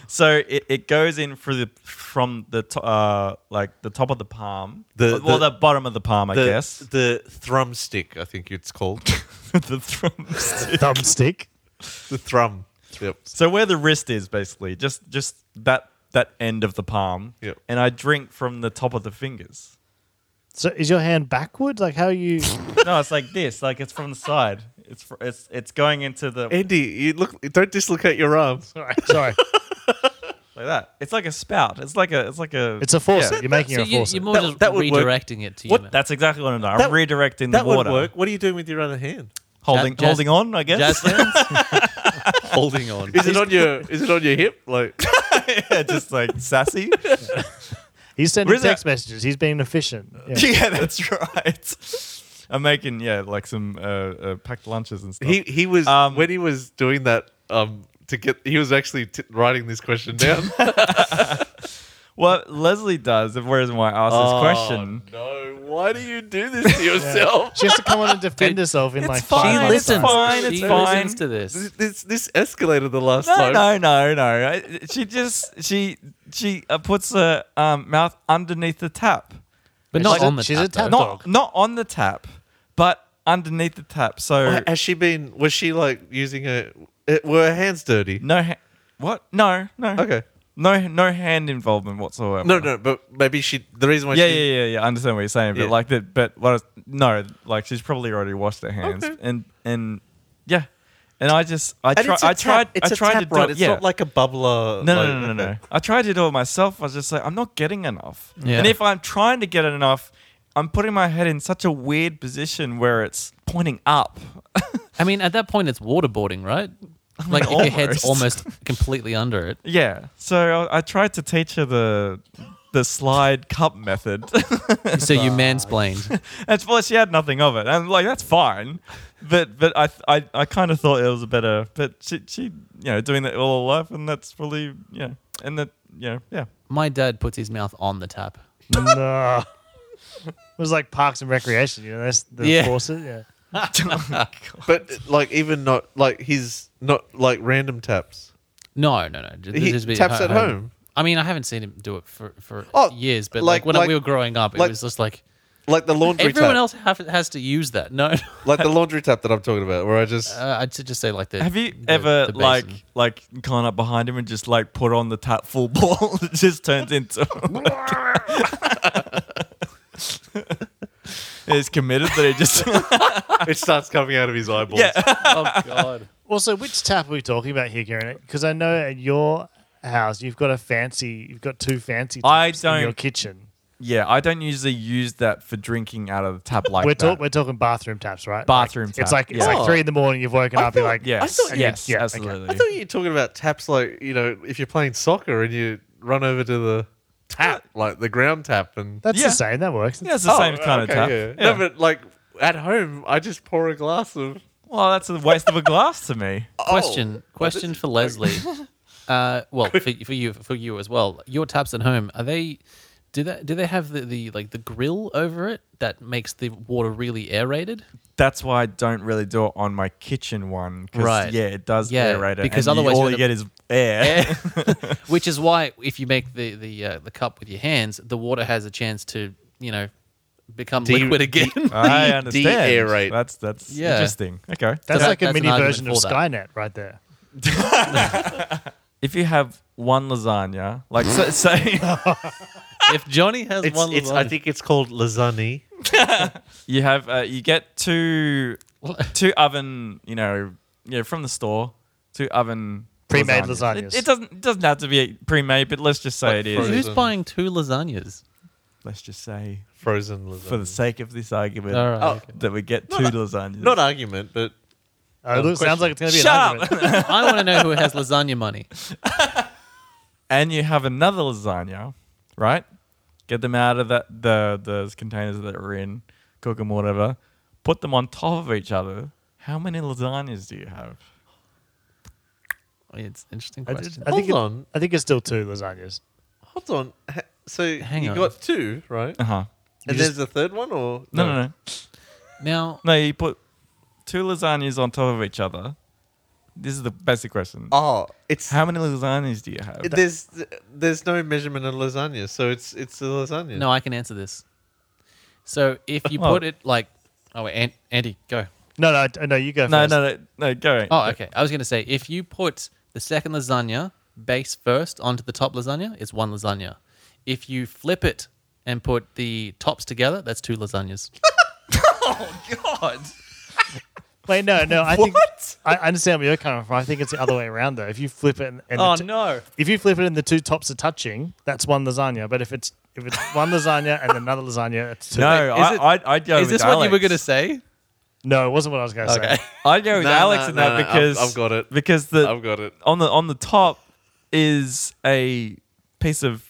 Speaker 4: So it, it goes in through the from the to, uh like the top of the palm.
Speaker 1: The-
Speaker 4: well,
Speaker 1: the-
Speaker 4: the, bottom of the palm, I
Speaker 1: the,
Speaker 4: guess.
Speaker 1: the thrum stick, I think it's called.
Speaker 4: the thrum-
Speaker 2: Thumbstick.
Speaker 1: the thrum. Yep.
Speaker 4: So where the wrist is, basically, just just that that end of the palm.
Speaker 1: Yep.
Speaker 4: And I drink from the top of the fingers.
Speaker 2: So is your hand backwards? Like how you?
Speaker 4: no, it's like this. Like it's from the side. It's fr- it's it's going into the like
Speaker 1: Andy, you look don't dislocate your arms.
Speaker 2: Sorry, sorry.
Speaker 4: that. It's like a spout. It's like a it's like a.
Speaker 2: It's a faucet. You're making
Speaker 3: So
Speaker 2: it a
Speaker 3: you,
Speaker 2: faucet.
Speaker 3: you're more
Speaker 1: That-
Speaker 3: just
Speaker 1: that would work.
Speaker 3: redirecting it to your
Speaker 1: What-
Speaker 3: mouth.
Speaker 4: that's exactly what I'm doing.
Speaker 1: That-
Speaker 4: I'm redirecting
Speaker 1: That
Speaker 4: the water.
Speaker 1: would work. What are you doing with your other hand?
Speaker 4: Holding
Speaker 3: Jazz-
Speaker 4: holding on, I guess.
Speaker 3: Jazz hands? Holding on.
Speaker 1: Is it on your is it on your hip? Like
Speaker 4: yeah, just like sassy.
Speaker 2: He's sending
Speaker 4: Where's that-
Speaker 2: text messages. He's being efficient. Yeah.
Speaker 4: yeah, that's right. I'm making yeah like some uh, uh, packed lunches and stuff.
Speaker 1: he he was
Speaker 4: Um,
Speaker 1: when he was doing that um to get he was actually t- writing this question down.
Speaker 4: what Leslie does, the reason why I asked
Speaker 1: Oh.
Speaker 4: this question.
Speaker 1: no, why do you do this to yourself?
Speaker 2: She has to come on and defend herself in like
Speaker 4: fine,
Speaker 2: five
Speaker 3: She
Speaker 2: minutes.
Speaker 4: it's
Speaker 3: listens.
Speaker 4: fine, it's
Speaker 3: she
Speaker 4: fine.
Speaker 3: listens to this.
Speaker 1: This, this this escalated the last
Speaker 4: No,
Speaker 1: time.
Speaker 4: no, no, no. I- She just she she uh, puts her um, mouth underneath the tap,
Speaker 3: But not
Speaker 2: She's a-
Speaker 3: on the
Speaker 2: she's
Speaker 3: tap,
Speaker 2: a tap
Speaker 3: though.
Speaker 4: not not on the tap, but underneath the tap. So
Speaker 1: Ha- Has she been? Was she like using a? it- Were her eh, hands dirty?
Speaker 4: no, ha- what? No, no.
Speaker 1: Okay.
Speaker 4: No, no hand involvement whatsoever.
Speaker 1: No, no, but maybe she. The reason why
Speaker 4: Yeah,
Speaker 1: she.
Speaker 4: yeah, yeah, yeah. I understand what you're saying, but
Speaker 1: Yeah.
Speaker 4: like that, but what? I was- no, like she's probably already washed her hands,
Speaker 1: Okay.
Speaker 4: and and yeah, and I just I,
Speaker 1: And
Speaker 4: try,
Speaker 1: it's a
Speaker 4: I
Speaker 1: tap-
Speaker 4: tried,
Speaker 1: It's
Speaker 4: I
Speaker 1: a
Speaker 4: tried
Speaker 1: tap
Speaker 4: to do
Speaker 1: rod.
Speaker 4: it-
Speaker 1: It's
Speaker 4: yeah.
Speaker 1: not like a bubbler.
Speaker 4: no,
Speaker 1: like-
Speaker 4: no, no, no, no. I tried to do it myself. I was just like, I'm not getting enough.
Speaker 3: Yeah.
Speaker 4: And if I'm trying to get it enough, I'm putting my head in such a weird position where it's pointing up.
Speaker 3: I mean, at that point, it's waterboarding, right? Like if your head's
Speaker 4: almost.
Speaker 3: almost completely under it.
Speaker 4: yeah. So I, I tried to teach her the the slide cup method.
Speaker 3: So you mansplained.
Speaker 4: That's well, she had nothing of it, and like that's fine. But but I I, I kind of thought it was a better. But she she you know doing that all her life, and that's probably you know and that you know yeah.
Speaker 3: My dad puts his mouth on the tap.
Speaker 2: no. It was like Parks and Recreation, you know, that's the
Speaker 3: Yeah.
Speaker 2: forces. Yeah.
Speaker 1: But like, even not like his not like random taps.
Speaker 3: No, no, no. ju-
Speaker 1: He
Speaker 3: just be
Speaker 1: taps
Speaker 3: ho-
Speaker 1: at home.
Speaker 3: I mean, I haven't seen him do it for, for
Speaker 1: Oh,
Speaker 3: years, but
Speaker 1: like-
Speaker 3: like, when
Speaker 1: like-
Speaker 3: we were growing up,
Speaker 1: like-
Speaker 3: it was just like
Speaker 1: Like the laundry
Speaker 3: everyone
Speaker 1: tap.
Speaker 3: else have, has to use that. No,
Speaker 1: Like the laundry tap that I'm talking about, where I just.
Speaker 3: uh, I'd just say like the.
Speaker 4: Have you
Speaker 3: the-
Speaker 4: ever
Speaker 3: the basin.
Speaker 4: like like gone up behind him and just like put on the tap full ball? it just turns into. It's committed that he just
Speaker 1: it starts coming out of his eyeballs.
Speaker 4: yeah.
Speaker 3: Oh God!
Speaker 2: Also, which tap are we talking about here, Karen? Because I know at your house you've got a fancy, you've got two fancy taps
Speaker 4: I
Speaker 2: in your
Speaker 4: don't-
Speaker 2: kitchen.
Speaker 4: yeah. I don't usually use that for drinking out of the tap like
Speaker 2: we're,
Speaker 4: that.
Speaker 2: talk, we're talking bathroom taps, right?
Speaker 4: Bathroom
Speaker 2: like,
Speaker 4: tap,
Speaker 2: It's like it's
Speaker 4: yeah.
Speaker 2: like three in the morning. You've woken up. You're like,
Speaker 4: yes,
Speaker 1: thought you-
Speaker 4: yes,
Speaker 2: yeah, okay.
Speaker 4: absolutely.
Speaker 1: I thought you were talking about taps like, you know, if you're playing soccer and you run over to the tap, like the ground tap and
Speaker 2: that's
Speaker 4: Yeah.
Speaker 2: the same. That works.
Speaker 4: yeah, it's the same kind of tap.
Speaker 1: Yeah. No, but like at home, I just pour a glass of.
Speaker 4: Well, that's a waste of a glass to me.
Speaker 1: Oh,
Speaker 3: Question, question for Leslie. uh, well, for, for you, for you as well. Your taps at home are they? Do that? Do they have the, the like the grill over it that makes the water really aerated?
Speaker 4: That's why I don't really do it on my kitchen one. 'cause,
Speaker 3: Right.
Speaker 4: Yeah, it does
Speaker 3: Yeah,
Speaker 4: aerate it.
Speaker 3: because
Speaker 4: and you-
Speaker 3: otherwise
Speaker 4: all
Speaker 3: you're
Speaker 4: you
Speaker 3: gonna-
Speaker 4: get is air.
Speaker 3: Which is why if you make the the uh, the cup with your hands, the water has a chance to you know become
Speaker 1: De-
Speaker 3: liquid again.
Speaker 4: Ah, I understand.
Speaker 1: de-aerate.
Speaker 4: That's that's
Speaker 3: Yeah.
Speaker 4: interesting. Okay.
Speaker 2: That's
Speaker 3: That-
Speaker 2: like a
Speaker 3: that's an
Speaker 2: mini
Speaker 3: argument
Speaker 2: version of
Speaker 3: for that.
Speaker 2: Skynet right there.
Speaker 4: if you have one lasagna, like so, say
Speaker 3: if Johnny has
Speaker 1: It's,
Speaker 3: one,
Speaker 1: it's,
Speaker 3: lasagna-
Speaker 1: I think it's called lasagne.
Speaker 4: you have uh, you get two two oven, you know, yeah, from the store, two oven
Speaker 2: Pre-made
Speaker 4: It,
Speaker 2: lasagnas.
Speaker 4: it doesn't it doesn't have to be pre-made, but let's just
Speaker 1: Like
Speaker 4: say it is.
Speaker 1: frozen.
Speaker 3: who's buying two lasagnas?
Speaker 4: Let's just say
Speaker 1: Frozen lasagna.
Speaker 4: for the sake of this argument
Speaker 3: All right.
Speaker 1: Oh.
Speaker 3: okay.
Speaker 4: that we get two
Speaker 1: Not
Speaker 4: lasagnas.
Speaker 1: Not argument, but
Speaker 2: Oh, it looks, sounds like it's going to be
Speaker 4: Um, Shut
Speaker 2: an
Speaker 4: up.
Speaker 2: argument.
Speaker 3: I want to know who has lasagna money.
Speaker 4: and you have another lasagna, right? Get them out of that the those containers that we're in, cook them whatever, put them on top of each other. How many lasagnas do you have?
Speaker 3: It's an interesting
Speaker 2: I,
Speaker 3: question.
Speaker 2: I think
Speaker 1: Hold
Speaker 2: it-
Speaker 1: on.
Speaker 2: I think it's still two lasagnas.
Speaker 1: hold on. Ha- So
Speaker 3: Hang
Speaker 1: you
Speaker 3: on.
Speaker 1: got two, right?
Speaker 4: Uh huh.
Speaker 1: and
Speaker 2: just-
Speaker 1: there's a third one, or
Speaker 4: No, no, no,
Speaker 3: Now,
Speaker 4: no. You put two lasagnas on top of each other. This is the basic question.
Speaker 1: Oh, it's
Speaker 4: How many lasagnas do you have?
Speaker 1: there's there's no measurement of lasagna, so it's it's a lasagna.
Speaker 3: no, I can answer this. So if you
Speaker 4: Well-
Speaker 3: put it like, oh wait, An- Andy, go.
Speaker 2: No, no, I- no. You go
Speaker 4: no,
Speaker 2: first.
Speaker 4: no, no, no. Go.
Speaker 3: Oh, okay. I was going to say if you put the second lasagna base first onto the top lasagna, it's one lasagna. If you flip it and put the tops together, that's two lasagnas.
Speaker 4: God.
Speaker 2: Wait, no, no. I think I I understand where you're coming from. I think it's the other way around though. If you flip it and, and
Speaker 4: Oh
Speaker 2: the t-
Speaker 4: no.
Speaker 2: if you flip it and the two tops are touching, that's one lasagna. But if it's if it's one lasagna and another lasagna, it's two.
Speaker 4: No,
Speaker 3: Wait, is
Speaker 4: I,
Speaker 3: it-
Speaker 4: I'd, I'd go
Speaker 3: Is
Speaker 4: with
Speaker 3: this what you were
Speaker 4: Alex.
Speaker 3: going to say?
Speaker 2: No, it wasn't what I was going to
Speaker 3: Okay.
Speaker 2: say.
Speaker 4: I'd go with
Speaker 1: No,
Speaker 4: Alex
Speaker 1: no,
Speaker 4: in
Speaker 1: no,
Speaker 4: that
Speaker 1: no, I've-
Speaker 4: because
Speaker 1: I've got it.
Speaker 4: Because the
Speaker 1: I've got it.
Speaker 4: on the on the top is a piece of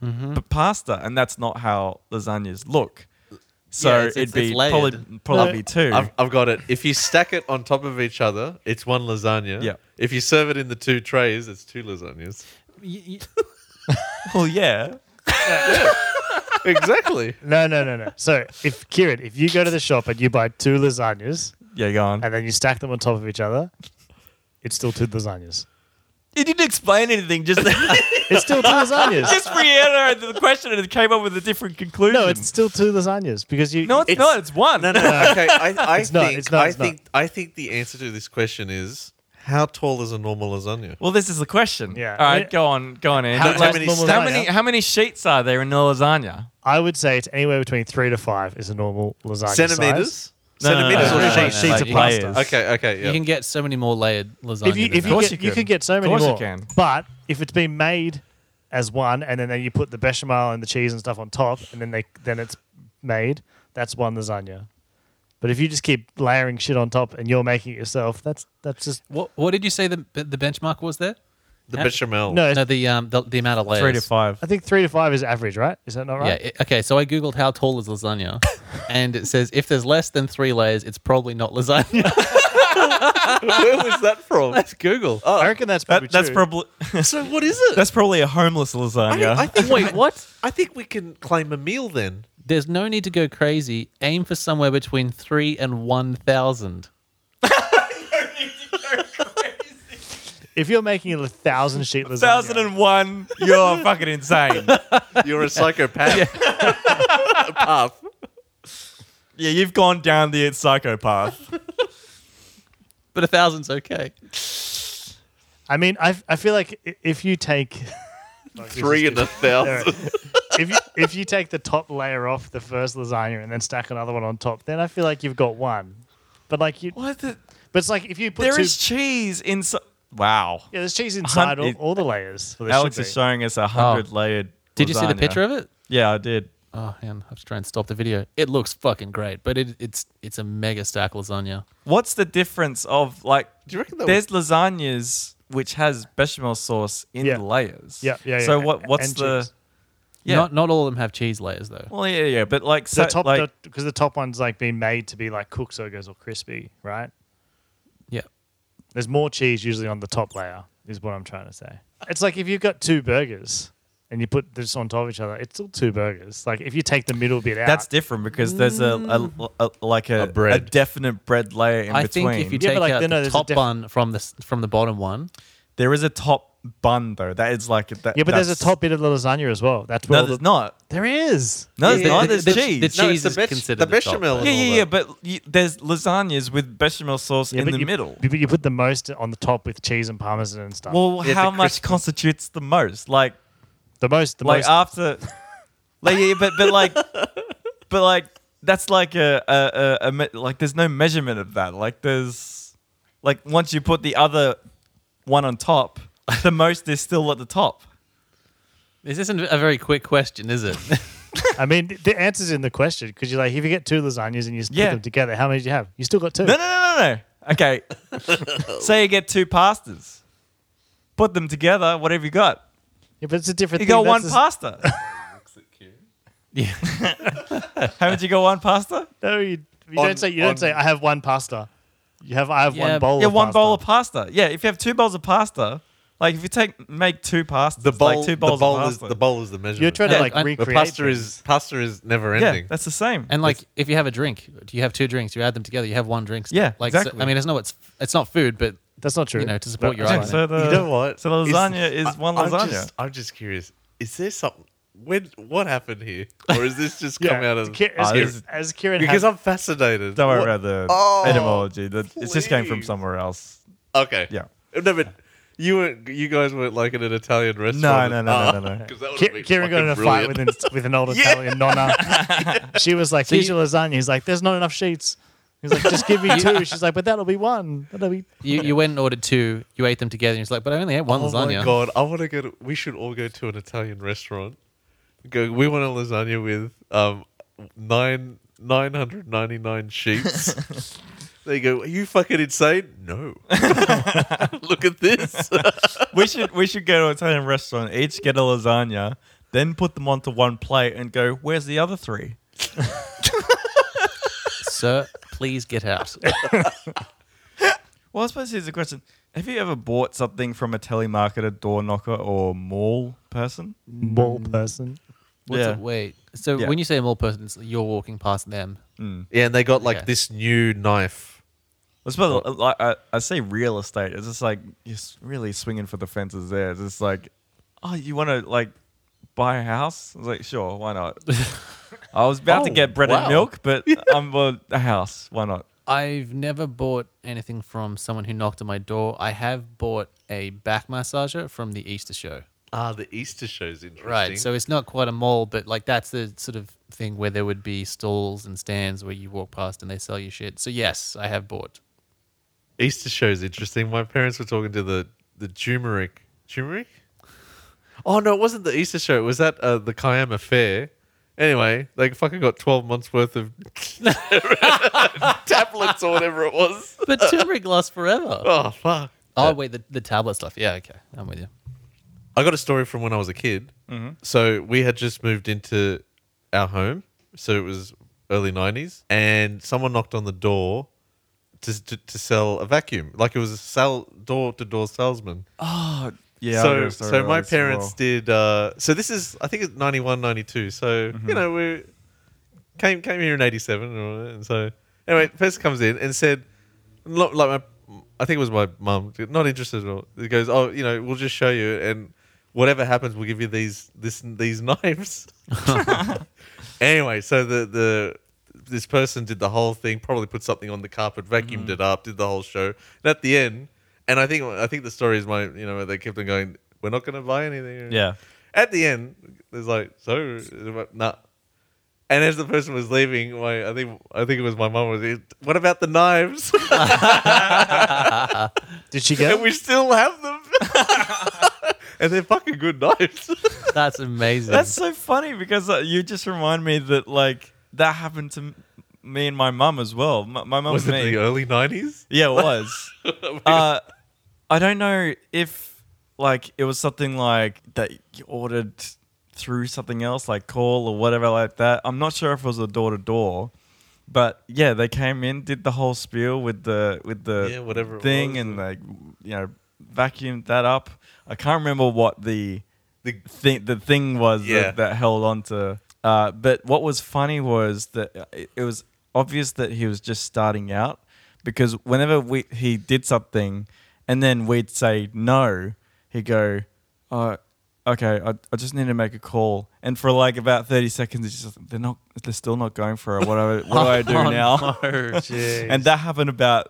Speaker 4: p- pasta, and that's not how lasagnas look. So
Speaker 3: Yeah, it's-
Speaker 4: it'd
Speaker 3: it's-
Speaker 4: be
Speaker 3: it's
Speaker 4: probably
Speaker 3: layered.
Speaker 4: probably be two.
Speaker 1: I've, I've got it. If you stack it on top of each other, it's one lasagna.
Speaker 4: Yeah.
Speaker 1: If you serve it in the two trays, it's two lasagnas.
Speaker 3: Y- y-
Speaker 4: well, yeah.
Speaker 1: exactly.
Speaker 2: No, no, no, no. So if Kieran, if you go to the shop and you buy two lasagnas
Speaker 4: Yeah, go on.
Speaker 2: and then you stack them on top of each other, it's still two lasagnas.
Speaker 4: You didn't explain anything. Just
Speaker 2: It's still two lasagnas.
Speaker 4: just reiterated the question and it came up with a different conclusion.
Speaker 2: No, it's still two lasagnas because you.
Speaker 4: no, it's,
Speaker 1: it's-
Speaker 4: not. It's one.
Speaker 1: No, no, no. Okay, I, I
Speaker 2: It's
Speaker 1: think
Speaker 2: not, it's not,
Speaker 1: I
Speaker 2: it's
Speaker 1: think I think the answer to this question is How tall is a normal lasagna?
Speaker 4: Well, this is the question.
Speaker 2: Yeah.
Speaker 4: All right,
Speaker 2: Yeah.
Speaker 4: go on, go on, Andy.
Speaker 2: How-
Speaker 1: how
Speaker 4: Like,
Speaker 1: many
Speaker 4: how
Speaker 2: lasagna?
Speaker 4: many? How many sheets are there in the lasagna?
Speaker 2: I would say it's anywhere between three to five is a normal lasagna size.
Speaker 1: Centimeters?
Speaker 4: No, no, no,
Speaker 1: Centimeters
Speaker 4: no,
Speaker 1: or
Speaker 4: no, no,
Speaker 1: sheets?
Speaker 4: no,
Speaker 2: Sheets
Speaker 4: like
Speaker 2: of pasta.
Speaker 4: layers.
Speaker 1: Okay, okay, yeah.
Speaker 3: You can get so many more layered lasagna.
Speaker 2: If you,
Speaker 3: than
Speaker 2: if
Speaker 3: that.
Speaker 2: you,
Speaker 4: course
Speaker 2: get,
Speaker 4: you
Speaker 2: you,
Speaker 4: can.
Speaker 2: could get so
Speaker 4: Of
Speaker 2: many
Speaker 4: course you
Speaker 2: more.
Speaker 4: can.
Speaker 2: But if it's been made as one, and then you put the bechamel and the cheese and stuff on top, and then they then it's made, that's one lasagna. But if you just keep layering shit on top and you're making it yourself, that's that's just
Speaker 3: what what did you say the the benchmark was there?
Speaker 1: The bechamel.
Speaker 2: no. it's-
Speaker 3: No, the um the, the amount of layers.
Speaker 4: Three to five.
Speaker 2: I think three to five is average, right? Is that not right?
Speaker 3: Yeah. It, okay. So I googled how tall is lasagna, and it says if there's less than three layers, it's probably not lasagna.
Speaker 1: Where was that from?
Speaker 3: That's Google.
Speaker 2: I reckon that's probably
Speaker 4: That, that's
Speaker 2: true.
Speaker 4: probably
Speaker 1: so what is it?
Speaker 4: that's probably a homeless
Speaker 1: I,
Speaker 4: lasagna.
Speaker 1: I think,
Speaker 3: Wait, what?
Speaker 1: I think we can claim a meal then.
Speaker 3: There's no need to go crazy. Aim for somewhere between three and one thousand.
Speaker 2: if you're making a thousand sheet lasagna,
Speaker 4: Thousand and one. You're fucking insane.
Speaker 1: You're a psychopath. A puff.
Speaker 4: Yeah, you've gone down the psychopath.
Speaker 3: But a thousand's okay.
Speaker 2: I mean, I, I feel like i- if you take
Speaker 1: Three and a
Speaker 2: There.
Speaker 1: thousand.
Speaker 2: if you, if you take the top layer off the first lasagna and then stack another one on top, then I feel like you've got one. But like you,
Speaker 4: What? The,
Speaker 2: but it's like if you put
Speaker 4: there
Speaker 2: two,
Speaker 4: is cheese inside. Wow.
Speaker 2: yeah, there's cheese inside all,
Speaker 4: it-
Speaker 2: all the layers. Well, there
Speaker 4: Alex
Speaker 2: should
Speaker 4: is
Speaker 2: be.
Speaker 4: showing us a hundred
Speaker 3: Oh.
Speaker 4: layered.
Speaker 3: Did you see the
Speaker 4: lasagna.
Speaker 3: picture of it?
Speaker 4: Yeah, I did.
Speaker 3: Oh, man, I have to try and stop the video. It looks fucking great, but it, it's it's a mega stack lasagna.
Speaker 4: What's the difference of like?
Speaker 1: Do you reckon that
Speaker 4: there's lasagnas which has bechamel sauce in
Speaker 2: Yeah.
Speaker 4: the layers?
Speaker 2: Yeah, yeah, yeah.
Speaker 4: So what? What's
Speaker 2: And
Speaker 4: the?
Speaker 2: cheese.
Speaker 4: Yeah.
Speaker 3: Not not all of them have cheese layers though.
Speaker 4: well, yeah, yeah, but like,
Speaker 2: the
Speaker 4: so,
Speaker 2: top
Speaker 4: like,
Speaker 2: because the, top one's like being made to be like cooked so it goes all crispy, right?
Speaker 3: Yeah.
Speaker 2: There's more cheese usually on the top layer, is what I'm trying to say. It's like if you've got two burgers and you put this on top of each other, it's still two burgers. Like if you take the middle bit out,
Speaker 4: that's different because there's a, a, a- like a,
Speaker 1: A bread.
Speaker 4: a definite bread layer in
Speaker 3: I
Speaker 4: between.
Speaker 3: think if you
Speaker 2: Yeah, but,
Speaker 3: take
Speaker 2: like,
Speaker 3: out
Speaker 2: then, no,
Speaker 3: the
Speaker 2: there's a
Speaker 3: top
Speaker 2: diff-
Speaker 3: bun from the s- from the bottom one,
Speaker 4: there is a top bun though. That is like that,
Speaker 2: yeah, but there's a
Speaker 4: that's-
Speaker 2: top bit of the lasagna as well. That's where
Speaker 4: No,
Speaker 2: all the,
Speaker 4: there's not.
Speaker 2: there is.
Speaker 4: No, there's
Speaker 1: Yeah,
Speaker 4: not.
Speaker 1: yeah,
Speaker 4: There's
Speaker 3: the- the-
Speaker 4: cheese.
Speaker 3: the
Speaker 1: No, it's
Speaker 3: cheese
Speaker 1: the,
Speaker 3: is
Speaker 1: bech-
Speaker 3: considered
Speaker 1: the
Speaker 3: the top.
Speaker 1: bechamel. and
Speaker 4: yeah,
Speaker 1: all
Speaker 4: yeah,
Speaker 1: that.
Speaker 4: yeah. But you, there's lasagnas with bechamel sauce
Speaker 2: Yeah,
Speaker 4: in
Speaker 2: but
Speaker 4: the
Speaker 2: you-
Speaker 4: middle.
Speaker 2: But you put the most on the top with cheese and parmesan and stuff.
Speaker 4: Well,
Speaker 1: Yeah,
Speaker 4: how
Speaker 1: the
Speaker 4: much
Speaker 1: crispy.
Speaker 4: constitutes the most? Like,
Speaker 2: the most, the
Speaker 4: like uh,
Speaker 2: most.
Speaker 4: after, like, yeah, but but like, but like, that's like a, a, a, a me- like. There's no measurement of that. Like, there's like once you put the other one on top, the most is still at the top.
Speaker 3: This isn't a very quick question, is it?
Speaker 2: I mean, th- the answer's in the question because you're like, if you get two lasagnas and you just
Speaker 4: Yeah.
Speaker 2: put them together, how many do you have? You still got two.
Speaker 4: No, no, no, no, no. Okay, say you get two pastas, put them together. What have you got?
Speaker 2: Yeah, but it's a different.
Speaker 4: You
Speaker 2: thing.
Speaker 4: got one
Speaker 2: That's the-
Speaker 4: pasta.
Speaker 3: yeah.
Speaker 4: Haven't you got one pasta?
Speaker 2: No, you, you
Speaker 1: On-
Speaker 2: don't say. You
Speaker 1: on-
Speaker 2: don't say. I have one pasta. You have. I have
Speaker 3: Yeah,
Speaker 2: one bowl.
Speaker 4: yeah,
Speaker 2: of
Speaker 4: one
Speaker 2: pasta.
Speaker 4: bowl of pasta. Yeah, if you have two bowls of pasta, like if you take make two pastas,
Speaker 1: the bowl,
Speaker 4: like two
Speaker 1: the
Speaker 4: bowls
Speaker 1: bowl
Speaker 4: of
Speaker 1: is
Speaker 4: pasta.
Speaker 1: the bowl is the measurement.
Speaker 2: You're trying
Speaker 3: Yeah,
Speaker 2: to like
Speaker 3: I- the
Speaker 1: the
Speaker 2: recreate.
Speaker 1: pasta
Speaker 2: things.
Speaker 1: is pasta is never
Speaker 4: Yeah,
Speaker 1: ending.
Speaker 4: that's the same.
Speaker 3: And like, if you have a drink, do you have two drinks? You add them together, you have one drink. still.
Speaker 4: Yeah,
Speaker 3: like so-
Speaker 4: exactly.
Speaker 3: I mean, it's no, it's it's not food, but
Speaker 2: That's not true.
Speaker 3: you know, to support your
Speaker 4: Yeah,
Speaker 3: argument.
Speaker 4: so the,
Speaker 1: you know what?
Speaker 4: So the lasagna is,
Speaker 1: I-
Speaker 4: one
Speaker 1: I'm
Speaker 4: lasagna.
Speaker 1: just- I'm just curious. Is there something? When what happened here, or is this just
Speaker 2: yeah,
Speaker 1: come out of?
Speaker 2: Ki- as,
Speaker 4: Ah, this is-
Speaker 2: as Kieran
Speaker 1: Because
Speaker 2: had,
Speaker 1: I'm fascinated.
Speaker 4: Don't worry
Speaker 1: What-
Speaker 4: about the
Speaker 1: Oh,
Speaker 4: etymology. The, it's just came from
Speaker 1: please.
Speaker 4: somewhere else.
Speaker 1: Okay.
Speaker 4: Yeah.
Speaker 1: No, but you were you guys weren't like in an Italian restaurant.
Speaker 4: no, no, no, no, no.
Speaker 1: 'cause that would've
Speaker 2: Ki-
Speaker 1: been
Speaker 2: Kieran got in
Speaker 1: fucking
Speaker 2: a fight
Speaker 1: brilliant.
Speaker 2: with an, with an old Italian nonna. She was like, "Here's your lasagna." He's like, "There's not enough sheets." He's like, "Just give me two. She's like, "But that'll be one. That'll be."
Speaker 3: You, you went and ordered two, you ate them together, and it's like, but I only ate one
Speaker 1: Oh
Speaker 3: lasagna.
Speaker 1: my god! I want to go. to... We should all go to an Italian restaurant. Go. We want a lasagna with um nine nine hundred ninety nine sheets. they go. Are you fucking insane? No. Look at this.
Speaker 4: we should we should go to an Italian restaurant, each get a lasagna, then put them onto one plate and go, where's the other three?
Speaker 3: Sir, please get out.
Speaker 4: Well, I suppose here's the question. Have you ever bought something from a telemarketer, door knocker, or mall person?
Speaker 2: Mall
Speaker 1: Mm.
Speaker 2: person.
Speaker 3: What's
Speaker 4: Yeah.
Speaker 3: it- wait. So
Speaker 4: Yeah.
Speaker 3: when you say a mall person, it's you're walking past them.
Speaker 1: Yeah, and they got like
Speaker 3: Okay.
Speaker 1: this new knife.
Speaker 4: I suppose uh, like I, I say real estate. It's just like you're s- really swinging for the fences there. It's just like, oh, you want to like buy a house? I was like, sure, why not? I was about to
Speaker 1: Oh,
Speaker 4: get bread
Speaker 1: wow.
Speaker 4: and milk, but I'm a, a house. Why not?
Speaker 3: I've never bought anything from someone who knocked on my door. I have bought a back massager from the Easter show.
Speaker 1: Ah, the Easter show's interesting.
Speaker 3: Right. So it's not quite a mall, but like that's the sort of thing where there would be stalls and stands where you walk past and they sell you shit. So yes, I have bought.
Speaker 1: Easter show's interesting. My parents were talking to the the turmeric turmeric. Oh no, it wasn't the Easter show. It was at uh, the Kiama Fair. Anyway, they fucking got twelve months worth of tablets or whatever it was.
Speaker 3: But turmeric lasts forever.
Speaker 1: Oh fuck!
Speaker 3: Oh wait, the, the tablet stuff. Yeah, okay, I'm with you.
Speaker 1: I got a story from when I was a kid. So we had just moved into our home. So it was early 90s. And someone knocked on the door to, to, to sell a vacuum. Like it was a sell door to door salesman.
Speaker 4: Yeah. I got
Speaker 1: so
Speaker 4: a story
Speaker 1: so
Speaker 4: about
Speaker 1: my
Speaker 4: this as
Speaker 1: parents
Speaker 4: well.
Speaker 1: did. Uh, so this is, I think it's 91, 92. So,
Speaker 4: Mm-hmm.
Speaker 1: you know, we came came here in 87. or- And so, anyway, the person comes in and said, not like my, I think it was my mum, not interested at all. It goes, oh, you know, we'll just show you, and whatever happens, we'll give you these this these knives. anyway, so the the this person did the whole thing, probably put something on the carpet, vacuumed
Speaker 4: Mm-hmm.
Speaker 1: it up, did the whole show, and at the end, and I think I think the story is my, you know, they kept on going, we're not going to buy anything.
Speaker 4: Yeah.
Speaker 1: At the end, there's like, so nah. And as the person was leaving, my I think I think it was my mum was. "It- What about the knives?
Speaker 2: Did she get
Speaker 1: and we still have them. and they're fucking good knives.
Speaker 3: That's amazing.
Speaker 4: That's so funny because uh, you just remind me that like that happened to m- me and my mum as well. My, my mum
Speaker 1: was
Speaker 4: and
Speaker 1: it
Speaker 4: me.
Speaker 1: the uh, early nineties?
Speaker 4: Yeah, it was. uh, I don't know if like it was something like that you ordered through something else, like call or whatever like that. I'm not sure if it was a door to door, but yeah, they came in, did the whole spiel with the with the
Speaker 1: Yeah, whatever it
Speaker 4: thing,
Speaker 1: was,
Speaker 4: and
Speaker 1: uh,
Speaker 4: like you know vacuumed that up. I can't remember what the
Speaker 1: The
Speaker 4: thing the thing was
Speaker 1: Yeah.
Speaker 4: that, that held on to. Uh, but what was funny was that uh, it, it was obvious that he was just starting out because whenever we he did something and then we'd say no, he'd go, uh, okay, I, I just need to make a call. And for like about 30 seconds, it's just, they're not, they're still not going for it. What, do I, what do I do
Speaker 3: Oh,
Speaker 4: now?
Speaker 3: no.
Speaker 4: and that happened about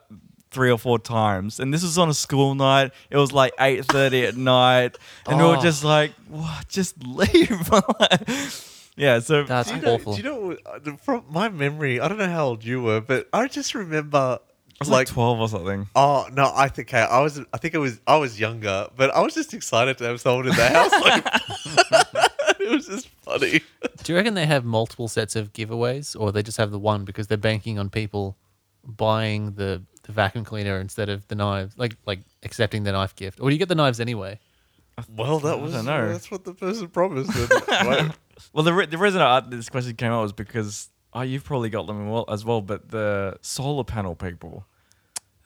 Speaker 4: three or four times and this was on a school night it was like 8.30 at night and we were just like what just leave yeah so
Speaker 3: That's
Speaker 1: do you know,
Speaker 3: awful.
Speaker 1: Do you know what- uh, the- from my memory? I don't know how old you were, but I just remember
Speaker 4: I was
Speaker 1: like.
Speaker 4: like 12 or something
Speaker 1: Oh no! I think okay, I was. I think it was. I was younger, but I was just excited to have someone in the house. Like, it was just funny.
Speaker 3: Do you reckon they have multiple sets of giveaways, or they just have the one because they're banking on people buying the, the vacuum cleaner instead of the knives, like like accepting the knife gift, or do you get the knives anyway?
Speaker 1: Well, that was. uh,
Speaker 4: don't know.
Speaker 1: That's what the person promised. and- Why-
Speaker 4: well the, re- the reason i this question came up was because oh you've probably got them well, as well but the solar panel people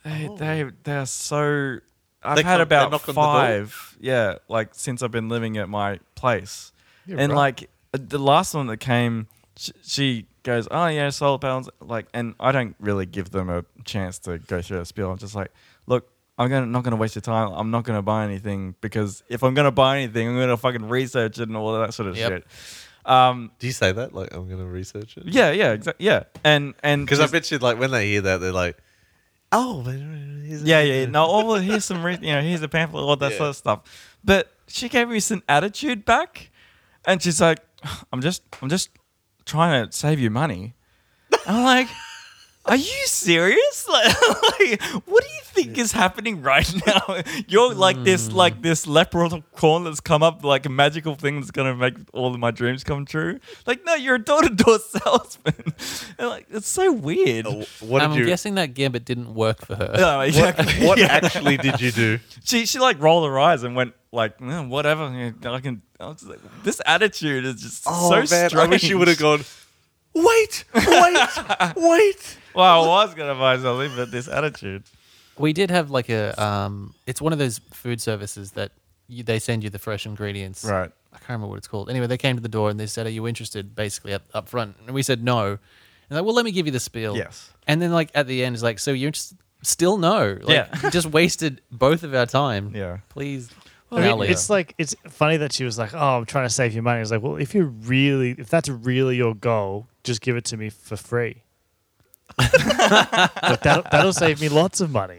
Speaker 4: they they, they are so i've
Speaker 1: They come-
Speaker 4: had
Speaker 1: they
Speaker 4: about
Speaker 1: knock on the door?
Speaker 4: five yeah like since i've been living at my place
Speaker 1: Yeah,
Speaker 4: and
Speaker 1: right.
Speaker 4: like uh, the last one that came, she, she goes, "Oh yeah, solar panels." Like, and I don't really give them a chance to go through a spiel. I'm just like, "Look, I'm gonna not gonna waste your time. I'm not gonna buy anything because if I'm gonna buy anything, I'm gonna fucking research it and all that sort of
Speaker 3: Yep.
Speaker 4: shit." Um,
Speaker 1: Do you say that? Like, I'm going to research it.
Speaker 4: yeah, yeah, exactly. Yeah, and and
Speaker 1: Because I
Speaker 4: just-
Speaker 1: bet you, like, when they hear that, they're like, "Oh, but here's a-
Speaker 4: yeah, yeah. No, oh, well, here's some, re- you know, here's a pamphlet, all that
Speaker 1: Yeah.
Speaker 4: sort of stuff. But she gave me some attitude back, and she's like, "I'm just, I'm just trying to save you money." I'm like, "Are you serious? Like, like, what do you think is happening right now? You're like
Speaker 1: Hmm.
Speaker 4: this, like this leprechaun that's come up, like a magical thing that's gonna make all of my dreams come true. Like, no, you're a door-to-door salesman. And like, it's so weird."
Speaker 1: Oh, What
Speaker 3: I'm
Speaker 1: did you?
Speaker 3: guessing that gambit didn't work for her.
Speaker 4: No,
Speaker 1: what
Speaker 4: exactly.
Speaker 1: what
Speaker 4: Um, Yeah.
Speaker 1: actually did you do?
Speaker 4: she she like rolled her eyes and went like "Eh, whatever yeah, I can. I was just like, this attitude is just so strange.
Speaker 1: Oh, I wish you would have gone. Wait, wait, wait.
Speaker 4: Well, I was gonna buy something, but this attitude.
Speaker 3: We did have like a um, it's one of those food services that you, they send you the fresh ingredients.
Speaker 4: Right.
Speaker 3: I can't remember what it's called. Anyway, they came to the door and they said, "Are you interested?" Basically up, up front, and we said no. And they're like, well, let me give you the spiel.
Speaker 4: Yes.
Speaker 3: And then like at the end, it's like, so you're interested? Still no. Like,
Speaker 4: Yeah.
Speaker 3: you just wasted both of our time.
Speaker 4: Yeah.
Speaker 3: Please.
Speaker 2: I mean,
Speaker 3: Now leave.
Speaker 2: it's like it's funny that she was like, "Oh, I'm trying to save you money." It's like, well, if you really, if that's really your goal, just give it to me for free. but that'll, that'll save me lots of money.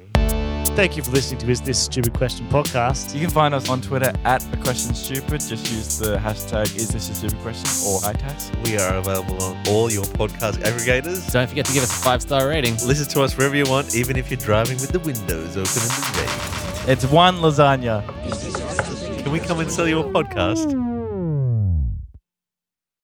Speaker 2: Thank you for listening to Is This Stupid Question podcast.
Speaker 4: You can find us on Twitter at a question stupid. Just use the hashtag is this a stupid question or iTax.
Speaker 1: We are available on all your podcast aggregators.
Speaker 3: Don't forget to give us a five star rating.
Speaker 1: Listen to us wherever you want, even if you're driving with the windows open in the rain.
Speaker 4: It's one lasagna.
Speaker 1: Can we come and sell you a podcast?